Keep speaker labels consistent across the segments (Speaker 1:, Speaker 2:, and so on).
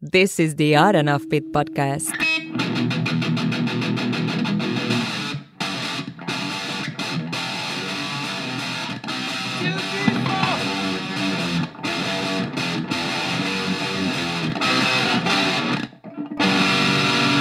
Speaker 1: This is the Odd Enough Bit podcast.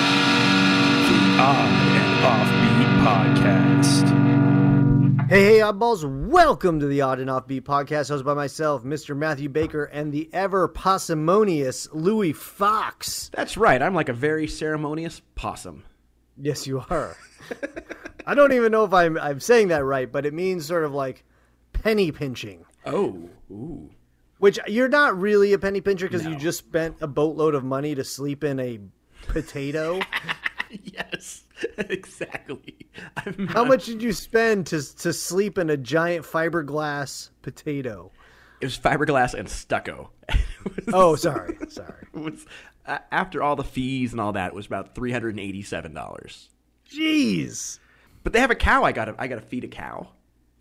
Speaker 2: The Odd and Offbeat Podcast.
Speaker 3: Hey, hey, oddballs, welcome to the Odd and Offbeat podcast, hosted by myself, Mr. Matthew Baker, and the ever parsimonious Louis Fox.
Speaker 4: That's right. I'm like a very ceremonious possum.
Speaker 3: Yes, you are. I don't even know if I'm, I'm saying that right, but it means sort of like penny pinching,
Speaker 4: Oh, ooh.
Speaker 3: which you're not really a penny pincher because you just spent a boatload of money to sleep in a potato.
Speaker 4: Yes, exactly. I'm
Speaker 3: How much did you spend to, to sleep in a giant fiberglass potato?
Speaker 4: It was fiberglass and stucco. It was-
Speaker 3: Oh, sorry, sorry.
Speaker 4: it was- uh, after all the fees and all that, it was about three hundred and eighty-seven dollars.
Speaker 3: Jeez.
Speaker 4: But they have a cow. I got. to I got to feed a cow.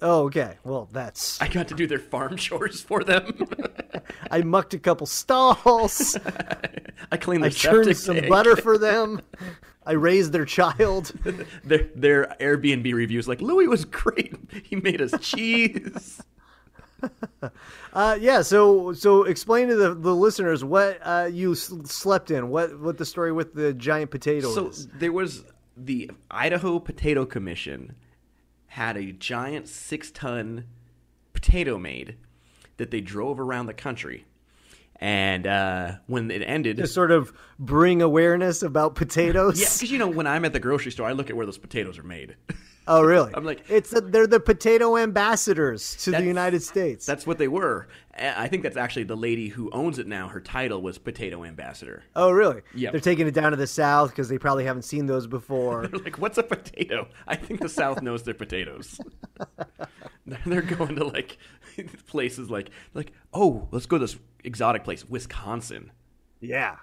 Speaker 3: Oh, okay. Well, that's.
Speaker 4: I got to do their farm chores for them.
Speaker 3: I mucked a couple stalls.
Speaker 4: I cleaned
Speaker 3: I
Speaker 4: their
Speaker 3: churned
Speaker 4: septic
Speaker 3: some
Speaker 4: tank.
Speaker 3: butter for them. I raised their child.
Speaker 4: Their, their Airbnb reviews like Louis was great. He made us cheese.
Speaker 3: Uh, yeah. So, so explain to the, the listeners what uh, you s- slept in. What what the story with the giant potato
Speaker 4: So
Speaker 3: is.
Speaker 4: there was the Idaho Potato Commission had a giant six ton potato made that they drove around the country. And uh, when it ended,
Speaker 3: To sort of bring awareness about potatoes.
Speaker 4: yeah, because you know, when I'm at the grocery store, I look at where those potatoes are made.
Speaker 3: Oh, really?
Speaker 4: I'm like-
Speaker 3: it's that they're the potato ambassadors to the
Speaker 4: That's-
Speaker 3: United States.
Speaker 4: that's what they were. A- I think that's actually the lady who owns it now. Her title was Potato Ambassador.
Speaker 3: Oh, really?
Speaker 4: Yep.
Speaker 3: They're taking it down to the South because they probably haven't seen those before.
Speaker 4: They're like, what's a potato? I think the South knows their potatoes. They're going to like places like like oh, let's go to this exotic place, Wisconsin.
Speaker 3: yeah.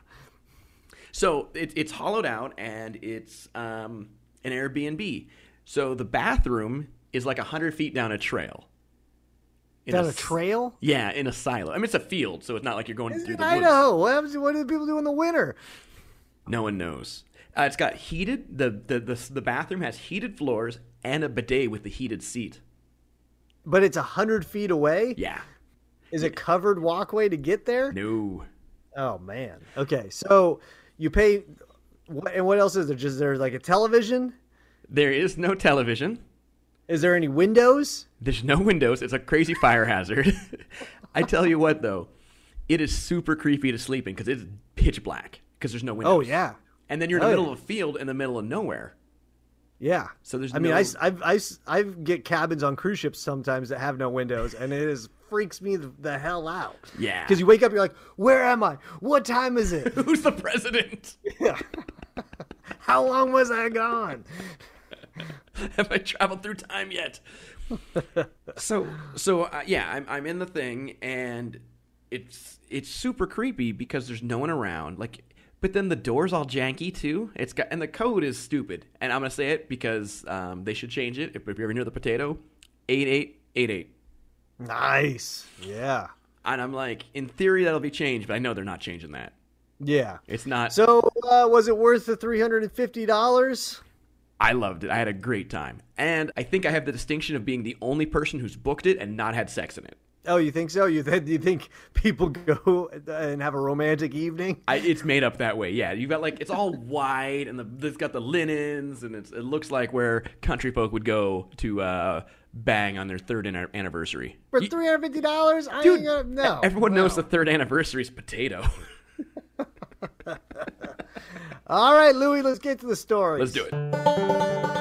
Speaker 4: So it, it's hollowed out and it's um, an Airbnb. So the bathroom is like hundred feet down a trail. In
Speaker 3: Down a
Speaker 4: s-
Speaker 3: trail?
Speaker 4: Yeah, in a silo. I mean, it's a field, so it's not like you're going through the woods.
Speaker 3: Idaho. What happens? What do people do in the winter?
Speaker 4: No one knows. Uh, it's got heated. The, the the the bathroom has heated floors and a bidet with the heated seat.
Speaker 3: But it's a hundred feet away.
Speaker 4: Yeah.
Speaker 3: Is it covered walkway to get there?
Speaker 4: No.
Speaker 3: Oh man. Okay, so you pay, what, and what else is there? Just there's like a television.
Speaker 4: There is no television.
Speaker 3: Is there any windows?
Speaker 4: There's no windows. It's a crazy fire hazard. I tell you what, though, it is super creepy to sleep in because it's pitch black because there's no windows.
Speaker 3: Oh yeah,
Speaker 4: And then you're in the
Speaker 3: Oh,
Speaker 4: middle
Speaker 3: yeah.
Speaker 4: of a field in the middle of nowhere.
Speaker 3: yeah.
Speaker 4: So there's
Speaker 3: I mean,
Speaker 4: no-
Speaker 3: I s- I've- I s- I get cabins on cruise ships sometimes that have no windows, and it is freaks me the, the hell out.
Speaker 4: Yeah.
Speaker 3: Because you wake up, you're like, where am I? What time is it?
Speaker 4: Who's the president?
Speaker 3: How long was I gone?
Speaker 4: Have I traveled through time yet? so, so uh, yeah, I'm I'm in the thing, and it's it's super creepy because there's no one around. Like, but then the door's all janky too. It's got and the code is stupid. And I'm gonna say it because um, they should change it. If, if you're ever near the potato, eight eight eight eight.
Speaker 3: Nice. Yeah.
Speaker 4: And I'm like, in theory, that'll be changed, but I know they're not changing that.
Speaker 3: Yeah.
Speaker 4: It's not.
Speaker 3: So uh, was it worth the three hundred and fifty dollars?
Speaker 4: I loved it. I had a great time. And I think I have the distinction of being the only person who's booked it and not had sex in it.
Speaker 3: Oh, you think so? You th- you think people go and have a romantic evening?
Speaker 4: I, it's made up that way. Yeah, you've got like it's all white and the, it's got the linens and it's, it looks like where country folk would go to uh, bang on their third an- anniversary.
Speaker 3: For oh, three hundred fifty dollars, I ain't gonna, no.
Speaker 4: Everyone knows the third anniversary is potato.
Speaker 3: All right, Louis, let's get to the story.
Speaker 4: Let's do it.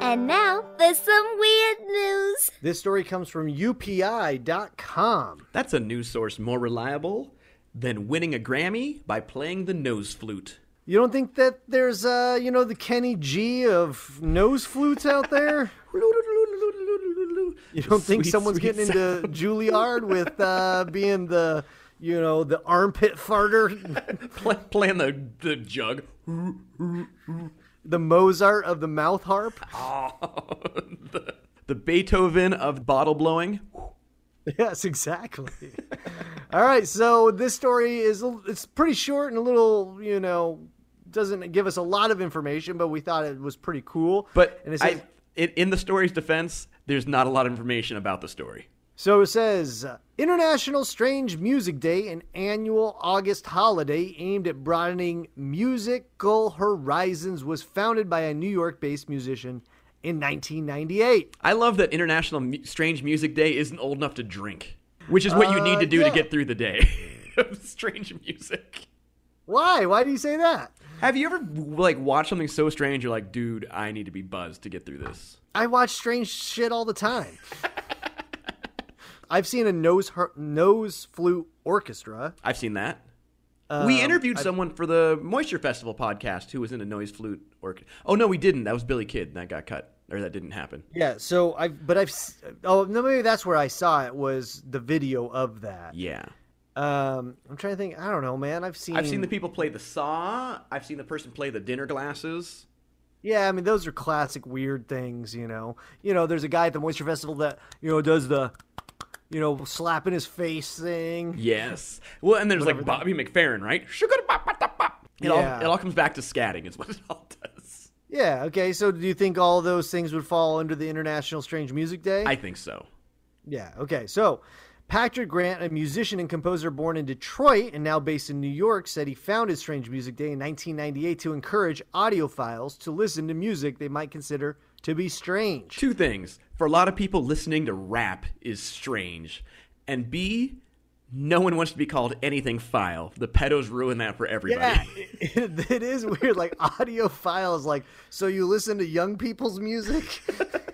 Speaker 5: And now for some weird news.
Speaker 3: This story comes from UPI.com.
Speaker 4: That's a news source more reliable than winning a Grammy by playing the nose flute.
Speaker 3: You don't think that there's, uh, you know, the Kenny G of nose flutes out there? You don't think
Speaker 4: Sweet,
Speaker 3: someone's
Speaker 4: sweet
Speaker 3: getting
Speaker 4: sound.
Speaker 3: into Juilliard with uh, being the, you know, the armpit farter,
Speaker 4: Play, playing the the jug?
Speaker 3: the Mozart of the mouth harp?
Speaker 4: the, the Beethoven of bottle blowing.
Speaker 3: Yes, exactly. All right, so this story is a- it's pretty short and a little, you know, doesn't give us a lot of information, but we thought it was pretty cool.
Speaker 4: But
Speaker 3: and it
Speaker 4: I-
Speaker 3: says,
Speaker 4: in, in the story's defense, there's not a lot of information about the story.
Speaker 3: So it says uh, International Strange Music Day, an annual August holiday aimed at broadening musical horizons, was founded by a New York based musician in 1998.
Speaker 4: I love that International Mu- Strange Music Day isn't old enough to drink, which is what you need to do
Speaker 3: yeah.
Speaker 4: to get through the day of strange music.
Speaker 3: Why? Why do you say that?
Speaker 4: Have you ever like watched something so strange? You're like, dude, I need to be buzzed to get through this.
Speaker 3: I watch strange shit all the time. I've seen a nose har- nose flute orchestra.
Speaker 4: I've seen that. we interviewed someone for the Moisture Festival podcast who was in a noise flute orchestra. Oh no, we didn't. That was Billy Kidd, and that got cut, or that didn't happen.
Speaker 3: Yeah, so I but I've s- oh no maybe that's where I saw it was the video of that.
Speaker 4: Yeah,
Speaker 3: Um, I'm trying to think. I don't know, man. I've seen
Speaker 4: I've seen the people play the saw. I've seen the person play the dinner glasses.
Speaker 3: Yeah, I mean those are classic weird things, you know. You know, there's a guy at the Moisture Festival that you know does the, you know, slapping his face thing.
Speaker 4: Yes. Well, and there's like Bobby McFerrin, right? Sugar pop, pop, pop, pop. It
Speaker 3: Yeah.
Speaker 4: all it all comes back to scatting. Is what it all does.
Speaker 3: Yeah. Okay. So, do you think all those things would fall under the International Strange Music Day?
Speaker 4: I think so.
Speaker 3: Yeah. Okay. So, Patrick Grant, a musician and composer born in Detroit and now based in New York, said he founded Strange Music Day in 1998 to encourage audiophiles to listen to music they might consider to be strange.
Speaker 4: Two things for a lot of people listening to rap is strange, and B, no one wants to be called anything file. The pedos ruin that for everybody.
Speaker 3: Yeah, it, it is weird. Like audiophiles, like so you listen to young people's music.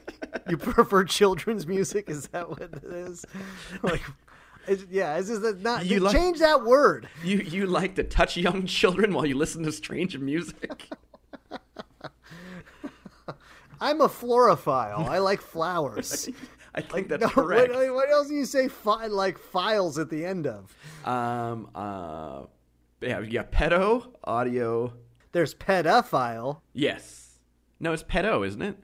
Speaker 3: you prefer children's music? Is that what it is? Like, it's, yeah, it's just that's not.
Speaker 4: You
Speaker 3: You
Speaker 4: like-
Speaker 3: change that word.
Speaker 4: You you like to touch young children while you listen to strange music.
Speaker 3: I'm a florophile. I like flowers.
Speaker 4: I think that's
Speaker 3: No,
Speaker 4: correct.
Speaker 3: What, what else do you say? Fi- like files at the end of.
Speaker 4: Um. Uh. Yeah. Yeah. Pedo audio.
Speaker 3: There's pedophile.
Speaker 4: Yes. No, it's pedo, isn't it?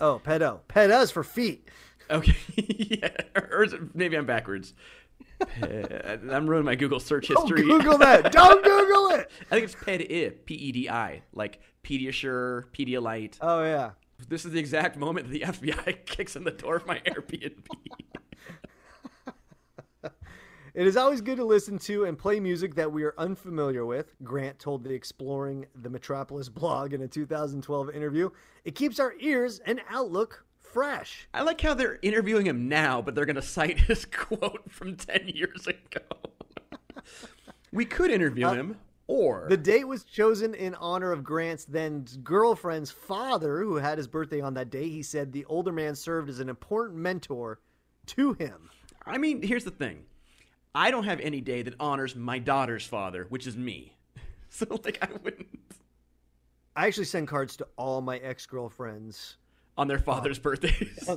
Speaker 3: Oh, pedo. Pedo's for feet.
Speaker 4: Okay. yeah. Or is it, maybe I'm backwards. Ped- I'm ruining my Oh, Google search
Speaker 3: Don't
Speaker 4: history.
Speaker 3: Google that. Don't Google it.
Speaker 4: I think it's pedi, P E D I, like Pediasure, Pedialyte.
Speaker 3: Oh yeah.
Speaker 4: This is the exact moment the FBI kicks in the door of my Airbnb.
Speaker 3: It is always good to listen to and play music that we are unfamiliar with, Grant told the Exploring the Metropolis blog in a 2012 interview. It keeps our ears and outlook fresh.
Speaker 4: I like how they're interviewing him now, but they're going to cite his quote from 10 years ago. Uh, we could interview him, or.
Speaker 3: The date was chosen in honor of Grant's then girlfriend's father, who had his birthday on that day. He said the older man served as an important mentor to him.
Speaker 4: I mean, here's the thing. I don't have any day that honors my daughter's father, which is me. So like I wouldn't
Speaker 3: I actually send cards to all my ex girlfriends,
Speaker 4: on their father's birthdays.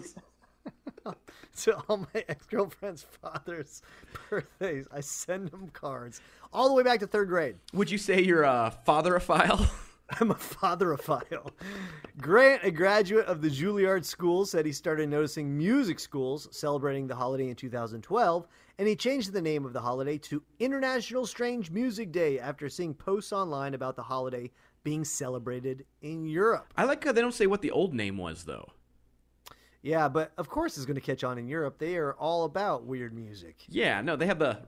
Speaker 3: to all my ex girlfriends' fathers' birthdays. I send them cards all the way back to third grade.
Speaker 4: Would you say you're a fatherophile?
Speaker 3: I'm a fatherophile. Grant, a graduate of the Juilliard School, said he started noticing music schools celebrating the holiday in 2012, and he changed the name of the holiday to International Strange Music Day after seeing posts online about the holiday being celebrated in Europe.
Speaker 4: I like how they don't say what the old name was though.
Speaker 3: Yeah, but of course it's going to catch on in Europe. They are all about weird music.
Speaker 4: Yeah, no, they have the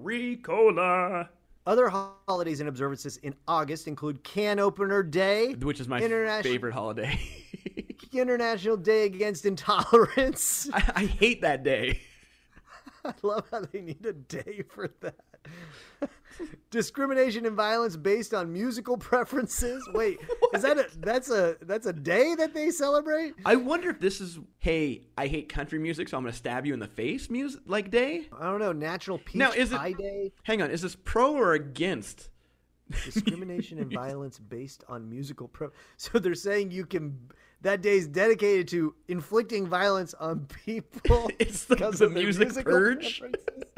Speaker 4: Ricola,
Speaker 3: Other ho- holidays and observances in August include Can Opener Day,
Speaker 4: which is my
Speaker 3: International-
Speaker 4: favorite holiday.
Speaker 3: International Day Against Intolerance.
Speaker 4: I, I hate that day.
Speaker 3: I love how they need a day for that. Discrimination and violence based on musical preferences. Wait, is that a that's a that's a day that they celebrate?
Speaker 4: I wonder if this is hey, I hate country music, so I'm gonna stab you in the face music like day.
Speaker 3: I don't know. National Peach
Speaker 4: Now, is it-
Speaker 3: Pie Day.
Speaker 4: Hang on, is this pro or against
Speaker 3: discrimination and violence based on musical pro. So they're saying you can. That day is dedicated to inflicting violence on people.
Speaker 4: It's the-
Speaker 3: because
Speaker 4: the
Speaker 3: of their
Speaker 4: music
Speaker 3: musical
Speaker 4: purge?
Speaker 3: preferences.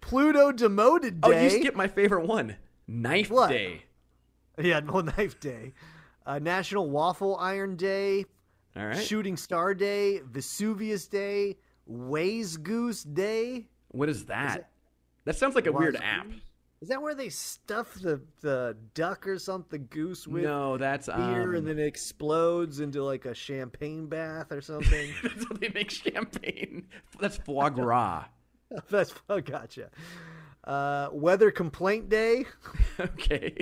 Speaker 3: Pluto demoted day.
Speaker 4: Oh, you skipped my favorite one. Knife
Speaker 3: What?
Speaker 4: Day.
Speaker 3: Yeah, no knife day. Uh, National Waffle Iron Day.
Speaker 4: All right.
Speaker 3: Shooting Star Day. Vesuvius Day. Waze Goose Day.
Speaker 4: What is that? that sounds like a weird
Speaker 3: Was-
Speaker 4: app.
Speaker 3: Is that where they stuff the, the duck or something, the goose with
Speaker 4: No, that's
Speaker 3: beer
Speaker 4: um,
Speaker 3: and then it explodes into like a champagne bath or something?
Speaker 4: that's how they make champagne. That's foie gras.
Speaker 3: That's oh, gotcha. Uh, weather complaint day.
Speaker 4: okay.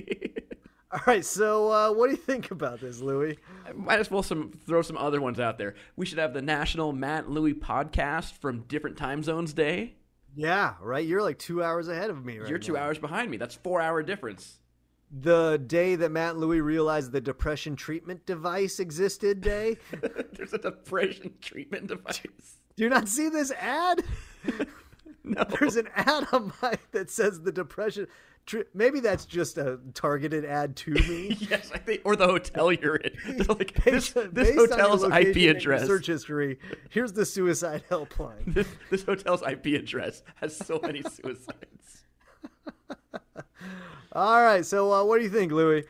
Speaker 3: All right, so uh, what do you think about this, Louis?
Speaker 4: Might as well some throw some other ones out there. We should have the National Matt and Louie podcast from different time zones day.
Speaker 3: Yeah, right. You're like two hours ahead of me. Right
Speaker 4: You're two
Speaker 3: now.
Speaker 4: hours behind me. That's four hour difference.
Speaker 3: The day that Matt and Louis realized the depression treatment device existed. Day.
Speaker 4: There's a depression treatment device.
Speaker 3: do you not see this ad?
Speaker 4: No.
Speaker 3: There's an ad on my that says the depression. Tr- Maybe that's just a targeted ad to me.
Speaker 4: Yes, I think, or the hotel you're in. They're like, this
Speaker 3: Based on-
Speaker 4: this
Speaker 3: based on your
Speaker 4: hotel's
Speaker 3: location and
Speaker 4: IP
Speaker 3: your
Speaker 4: address.
Speaker 3: search history. Here's the suicide helpline.
Speaker 4: This, this hotel's IP address has so many suicides.
Speaker 3: All right, so uh, what do you think, Louis?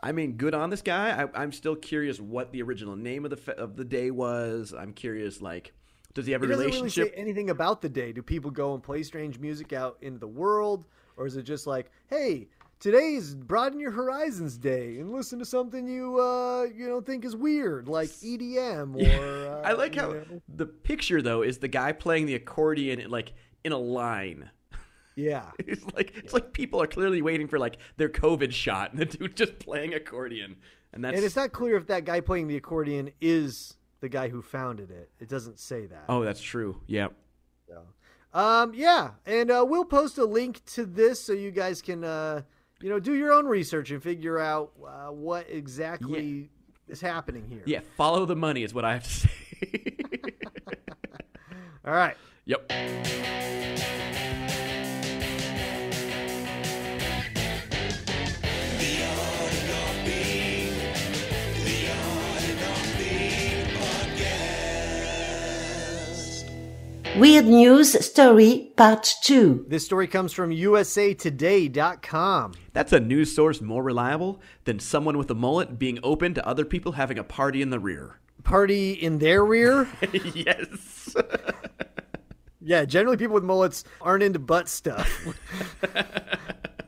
Speaker 4: I mean, good on this guy. I, I'm still curious what the original name of the fe- of the day was. I'm curious, like, does he have a
Speaker 3: It doesn't really say
Speaker 4: relationship?
Speaker 3: anything about the day. Do people go and play strange music out in the world, or is it just like, hey, today's Broaden Your Horizons Day, and listen to something you uh, you don't think is weird, like EDM or uh,
Speaker 4: I like
Speaker 3: you
Speaker 4: how
Speaker 3: know.
Speaker 4: the picture though is the guy playing the accordion in, like in a line.
Speaker 3: yeah.
Speaker 4: It's like it's like people are clearly waiting for like their COVID shot, and the dude just playing accordion, and that's
Speaker 3: And it's not clear if that guy playing the accordion is the guy who founded it. It doesn't say that.
Speaker 4: oh, that's true. Yeah,
Speaker 3: Um, yeah, and uh, we'll post a link to this so you guys can, uh, you know, do your own research and figure out uh, what exactly is happening here.
Speaker 4: yeah. Follow the money is what I have to say.
Speaker 3: All right.
Speaker 4: yep.
Speaker 6: Weird News Story Part 2.
Speaker 3: This story comes from USAToday.com.
Speaker 4: That's a news source more reliable than someone with a mullet being open to other people having a party in the rear.
Speaker 3: Party in their rear.
Speaker 4: yes.
Speaker 3: yeah, generally people with mullets aren't into butt stuff.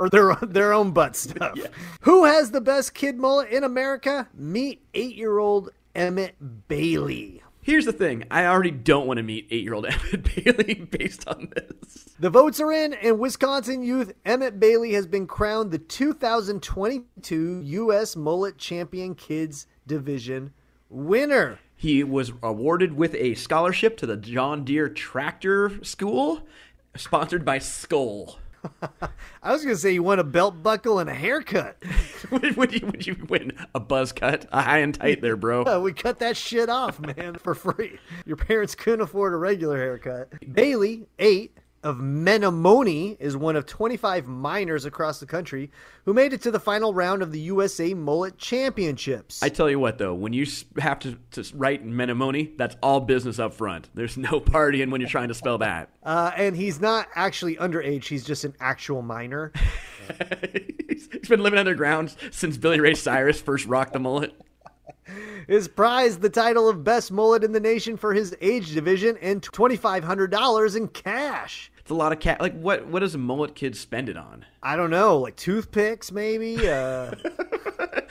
Speaker 3: or their their own butt stuff. Who has the best kid mullet in America? Meet 8-year-old Emmett Bailey.
Speaker 4: Here's the thing I already don't want to meet eight year old Evan Bailey based on this.
Speaker 3: The votes are in, and Wisconsin youth Emmett Bailey has been crowned the 2022 U.S. Mullet Champion Kids Division winner.
Speaker 4: He was awarded with a scholarship to the John Deere Tractor School, sponsored by Skoll.
Speaker 3: I was going to say he won a belt buckle and a haircut.
Speaker 4: would, would you, would you win a buzz cut? A high and tight there, bro.
Speaker 3: Uh, we cut that shit off, man, for free. Your parents couldn't afford a regular haircut. Bailey, eight, of Menomonee is one of 25 minors across the country who made it to the final round of the USA Mullet Championships.
Speaker 4: I tell you what, though, when you s- have to, to write Menomone, that's all business up front. There's no partying when you're trying to spell that.
Speaker 3: Uh, and he's not actually underage. He's just an actual minor.
Speaker 4: he's he's been living underground since Billy Ray Cyrus first rocked the mullet.
Speaker 3: His prize, the title of best mullet in the nation for his age division and $2,500 in cash.
Speaker 4: It's a lot of cat. Like, what what does a mullet kid spend it on?
Speaker 3: I don't know, like toothpicks maybe, uh,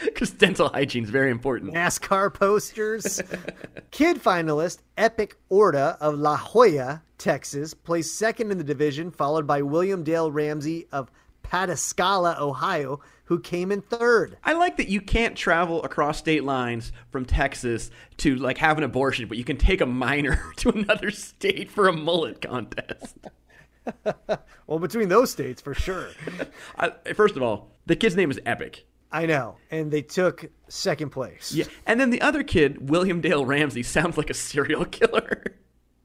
Speaker 4: Because dental hygiene's very important.
Speaker 3: NASCAR posters. Kid finalist Epic Orta of La Jolla, Texas, placed second in the division, followed by William Dale Ramsey of Pataskala, Ohio, who came in third.
Speaker 4: I like that you can't travel across state lines from Texas to like have an abortion, but you can take a minor to another state for a mullet contest.
Speaker 3: Well, between those states, for sure.
Speaker 4: I, first of all, the kid's name is Epic.
Speaker 3: I know. And they took second place.
Speaker 4: Yeah, and then the other kid, William Dale Ramsey, sounds like a serial killer.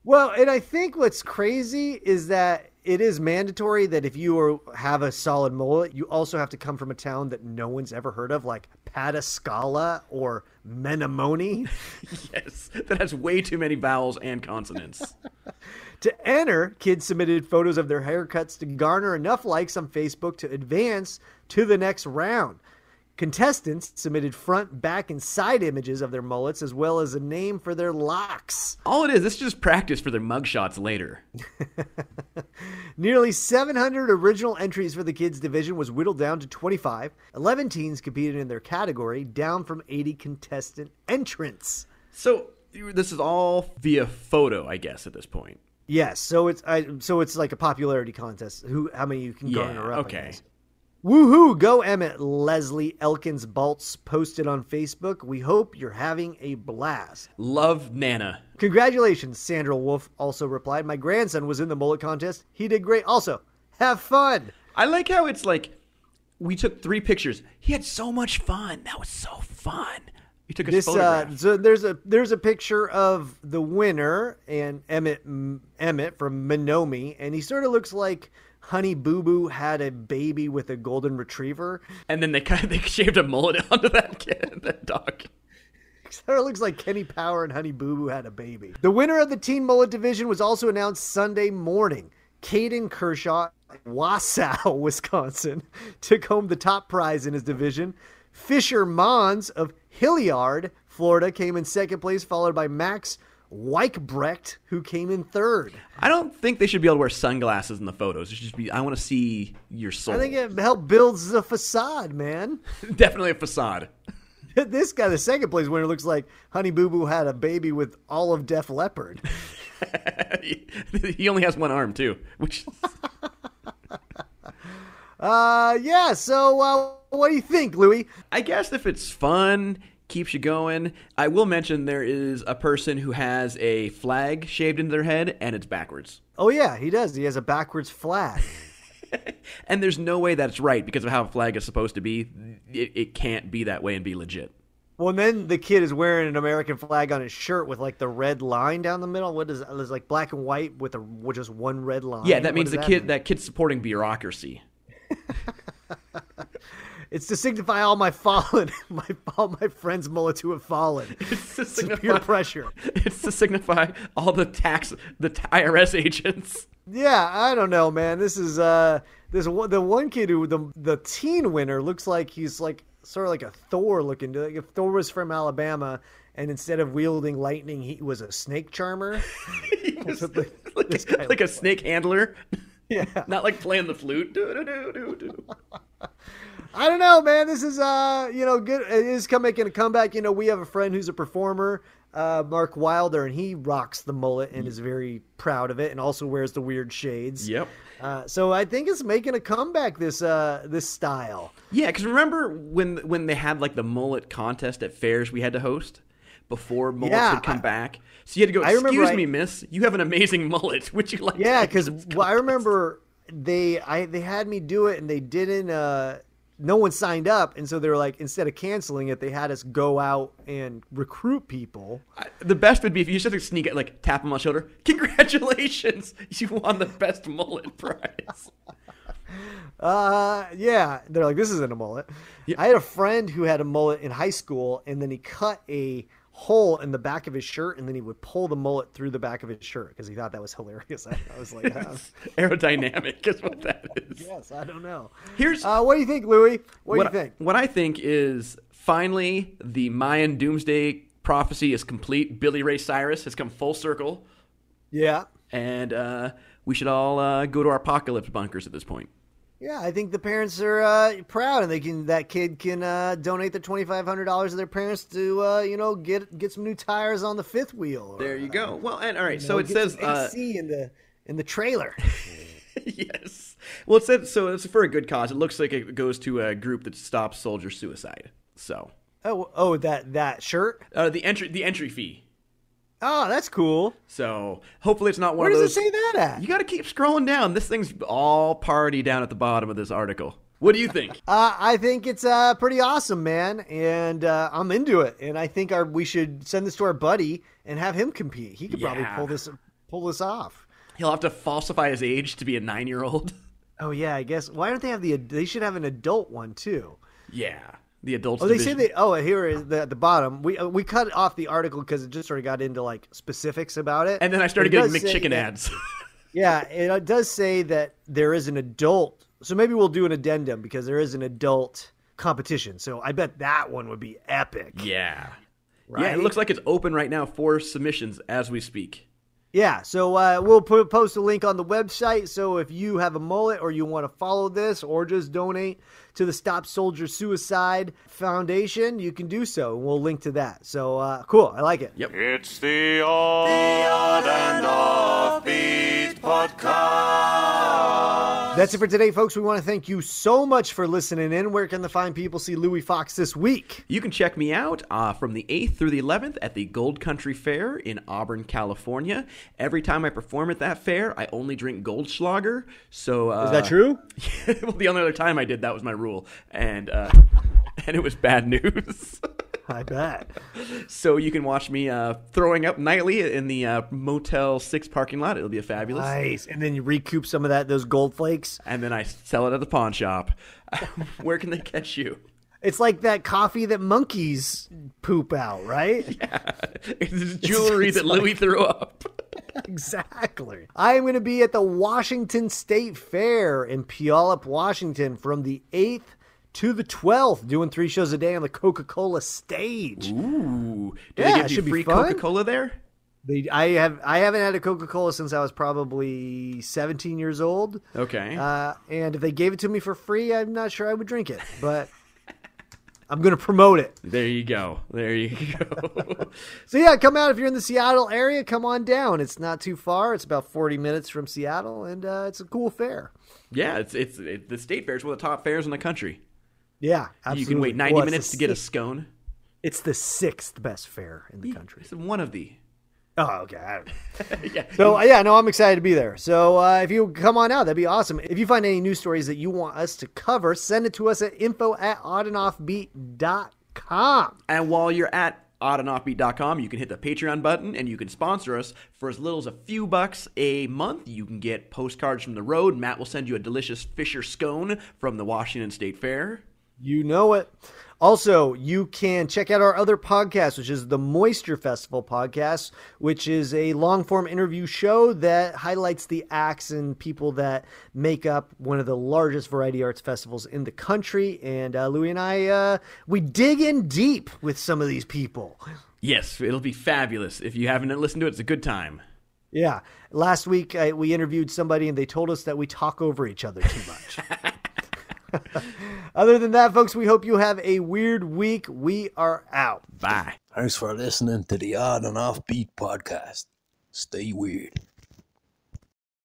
Speaker 3: Well, and I think what's crazy is that it is mandatory that if you are, have a solid mullet, you also have to come from a town that no one's ever heard of, like Pataskala or Menomonee.
Speaker 4: Yes, that has way too many vowels and consonants.
Speaker 3: to enter, kids submitted photos of their haircuts to garner enough likes on Facebook to advance to the next round. Contestants submitted front, back, and side images of their mullets, as well as a name for their locks.
Speaker 4: All it is, this is just practice for their mugshots later.
Speaker 3: Nearly 700 original entries for the kids division was whittled down to 25. 11 teens competed in their category, down from 80 contestant entrants.
Speaker 4: So you- this is all via photo, I guess, at this point.
Speaker 3: Yes, so it's I, so it's like a popularity contest. Who, how many you can garner up? I
Speaker 4: okay.
Speaker 3: guess. Woohoo! Go Emmett! Leslie Elkins Baltz posted on Facebook. We hope you're having a blast.
Speaker 4: Love Nana.
Speaker 3: Congratulations, Sandra Wolf also replied. My grandson was in the mullet contest. He did great. Also, have fun.
Speaker 4: I like how it's like we took three pictures. He had so much fun. That was so fun. He took a
Speaker 3: This
Speaker 4: photograph.
Speaker 3: uh, so there's a there's a picture of the winner and Emmett M- Emmett from Minomi, and he sort of looks like Honey Boo Boo had a baby with a golden retriever.
Speaker 4: and then they kind of they shaved a mullet onto that kid, that dog.
Speaker 3: Sort of looks like Kenny Power and Honey Boo Boo had a baby. The winner of the Teen Mullet division was also announced Sunday morning. Caden Kershaw, Wausau, Wisconsin, took home the top prize in his division. Fisher Mons of Hilliard, Florida, came in second place, followed by Max Weichbrecht, who came in third.
Speaker 4: I don't think they should be able to wear sunglasses in the photos. It should just be I want to see your soul.
Speaker 3: I think it helped builds the facade, man.
Speaker 4: Definitely a facade.
Speaker 3: this guy, the second place winner, looks like Honey Boo Boo had a baby with all of Def Leppard.
Speaker 4: he only has one arm too, which
Speaker 3: Uh, yeah. So, uh, what do you think, Louis?
Speaker 4: I guess if it's fun, keeps you going. I will mention there is a person who has a flag shaved into their head and it's backwards.
Speaker 3: Oh yeah, he does. He has a backwards flag.
Speaker 4: And there's no way that's right because of how a flag is supposed to be. It, it can't be that way and be legit.
Speaker 3: well, and then the kid is wearing an American flag on his shirt with like the red line down the middle. What is it's like black and white with a with just one red line?
Speaker 4: Yeah, that
Speaker 3: What
Speaker 4: means
Speaker 3: does
Speaker 4: the kid
Speaker 3: mean?
Speaker 4: that kid's supporting bureaucracy.
Speaker 3: It's to signify all my fallen, my all my friends mullets who have fallen.
Speaker 4: It's to
Speaker 3: It's peer pressure.
Speaker 4: It's to signify all the tax the t- IRS agents.
Speaker 3: Yeah, I don't know, man. This is uh, this one- the one kid who the the teen winner looks like he's like sort of like a Thor looking. Like if Thor was from Alabama, and instead of wielding lightning, he was a snake charmer.
Speaker 4: It's
Speaker 3: what the-
Speaker 4: like,
Speaker 3: this guy
Speaker 4: like a snake handler.
Speaker 3: Yeah.
Speaker 4: Not like playing the flute. Do-do-do-do-do.
Speaker 3: I don't know, man. This is uh, you know, good. It is come making a comeback. You know, we have a friend who's a performer, uh, Mark Wilder, and he rocks the mullet and is very proud of it, and also wears the weird shades.
Speaker 4: Yep.
Speaker 3: Uh, so I think it's making a comeback. This uh, this style.
Speaker 4: Yeah, because remember when when they had like the mullet contest at fairs we had to host before mullets
Speaker 3: Yeah,
Speaker 4: would come
Speaker 3: I-
Speaker 4: back. So you had to go.
Speaker 3: I remember
Speaker 4: Excuse
Speaker 3: I-
Speaker 4: me, miss. You have an amazing mullet. Would you like? to
Speaker 3: Yeah,
Speaker 4: take
Speaker 3: because
Speaker 4: this
Speaker 3: well, I remember they I they had me do it, and they didn't. Uh, no one signed up, and so they were like, instead of canceling it, they had us go out and recruit people.
Speaker 4: I- the best would be if you just had to sneak it, like tap him on the shoulder. Congratulations, you won the best mullet prize.
Speaker 3: Uh, yeah. They're like, this isn't a mullet. I had a friend who had a mullet in high school, and then he cut a hole in the back of his shirt, and then he would pull the mullet through the back of his shirt because he thought that was hilarious. I, I was like, uh,
Speaker 4: Aerodynamic is what that is.
Speaker 3: yes, I don't know.
Speaker 4: Here's
Speaker 3: Uh, what do you think, Louis? What, do you think?
Speaker 4: What I think is finally the Mayan doomsday prophecy is complete. Billy Ray Cyrus has come full circle,
Speaker 3: Yeah.
Speaker 4: and uh, we should all uh, go to our apocalypse bunkers at this point.
Speaker 3: Yeah, I think the parents are uh, proud, and they can that kid can uh, donate the twenty five hundred dollars to their parents to uh, you know get get some new tires on the fifth wheel. or,
Speaker 4: There you
Speaker 3: uh,
Speaker 4: go. Well, and all right. So
Speaker 3: know,
Speaker 4: it
Speaker 3: get
Speaker 4: says
Speaker 3: some
Speaker 4: uh,
Speaker 3: AC in the in the trailer.
Speaker 4: yes. Well, it said so. It's for a good cause. It looks like it goes to a group that stops soldier suicide. So
Speaker 3: Oh, oh, that that shirt.
Speaker 4: uh, the entry the entry fee.
Speaker 3: Oh, that's cool.
Speaker 4: So hopefully it's not one
Speaker 3: Where
Speaker 4: of
Speaker 3: does
Speaker 4: those.
Speaker 3: it say that at?
Speaker 4: You got to keep scrolling down. This thing's all party down at the bottom of this article. What do you think?
Speaker 3: Uh, I think it's uh, pretty awesome, man, and uh, I'm into it. And I think our we should send this to our buddy and have him compete. He could probably
Speaker 4: Yeah.
Speaker 3: pull this pull this off.
Speaker 4: He'll have to falsify his age to be a nine year old.
Speaker 3: Oh yeah, I guess. Why don't they have the? They should have an adult one too.
Speaker 4: Yeah, the adults.
Speaker 3: Oh, they say
Speaker 4: division.
Speaker 3: they. Oh, here is the, at the bottom. We uh, we cut off the article because it just sort of got into like specifics about it.
Speaker 4: And then I started
Speaker 3: It
Speaker 4: getting
Speaker 3: does say
Speaker 4: McChicken
Speaker 3: that-
Speaker 4: ads.
Speaker 3: Yeah, it uh, does say that there is an adult. So maybe we'll do an addendum because there is an adult competition. So I bet that one would be epic.
Speaker 4: yeah. Yeah,
Speaker 3: Right?
Speaker 4: it looks like it's open right now for submissions as we speak.
Speaker 3: Yeah, so uh, we'll put, post a link on the website. So if you have a mullet or you want to follow this or just donate to the Stop Soldier Suicide Foundation, you can do so. And we'll link to that. So uh, cool. I like it.
Speaker 4: Yep.
Speaker 7: It's the odd, and offbeat podcast.
Speaker 3: That's it for today, folks. We want to thank you so much for listening in. Where can the fine people see Louis Fox this week?
Speaker 4: You can check me out uh, from the 8th through the 11th at the Gold Country Fair in Auburn, California. Every time I perform at that fair, I only drink Goldschlager. So uh,
Speaker 3: Is that true?
Speaker 4: well, the only other time I did that was my rule, and uh, and it was bad news.
Speaker 3: I bet.
Speaker 4: so you can watch me uh, throwing up nightly in the uh, Motel Six parking lot. It'll be fabulous.
Speaker 3: Nice. And then you recoup some of that those gold flakes.
Speaker 4: And then I sell it at the pawn shop. Where can they catch you?
Speaker 3: It's like that coffee that monkeys poop out, right?
Speaker 4: It's jewelry
Speaker 3: it's
Speaker 4: that Louis threw up.
Speaker 3: Exactly. I am going to be at the Washington State Fair in Puyallup, Washington from the 8th to the 12th, doing three shows a day on the Coca Cola stage.
Speaker 4: Ooh, do
Speaker 3: Yeah,
Speaker 4: they
Speaker 3: it
Speaker 4: give you
Speaker 3: should be
Speaker 4: free
Speaker 3: fun.
Speaker 4: Coca Cola there?
Speaker 3: They, I, have, I haven't had a Coca Cola since I was probably 17 years old.
Speaker 4: Okay.
Speaker 3: Uh, and if they gave it to me for free, I'm not sure I would drink it, but I'm going to promote it.
Speaker 4: there you go. There you go.
Speaker 3: So yeah, come out if you're in the Seattle area. Come on down. It's not too far. It's about 40 minutes from Seattle, and uh, it's a cool fair.
Speaker 4: yeah, it's it's it, the state fair is one of the top fairs in the country.
Speaker 3: Yeah, absolutely.
Speaker 4: You can wait 90
Speaker 3: Well, it's
Speaker 4: minutes
Speaker 3: the
Speaker 4: to get a
Speaker 3: sixth-
Speaker 4: scone.
Speaker 3: It's the sixth best fair in the country.
Speaker 4: It's one of the.
Speaker 3: Oh, okay. I don't know.
Speaker 4: Yeah.
Speaker 3: So uh, yeah, no, I'm excited to be there. So uh, if you come on out, that'd be awesome. If you find any news stories that you want us to cover, send it to us at info at oddandoffbeat.com.
Speaker 4: And while you're at oddandoffbeat.com, you can hit the Patreon button and you can sponsor us for as little as a few bucks a month. You can get postcards from the road. Matt will send you a delicious Fisher scone from the Washington State Fair.
Speaker 3: You know it. Also, you can check out our other podcast, which is the Moisture Festival podcast, which is a long form interview show that highlights the acts and people that make up one of the largest variety arts festivals in the country. And uh, Louie and I, uh, we dig in deep with some of these people.
Speaker 4: Yes, it'll be fabulous. If you haven't listened to it, it's a good time.
Speaker 3: Yeah. Last week, I, we interviewed somebody and they told us that we talk over each other too much. Other than that, folks, we hope you have a weird week. We are out.
Speaker 4: Bye.
Speaker 8: Thanks for listening to the Odd and Offbeat podcast. Stay weird.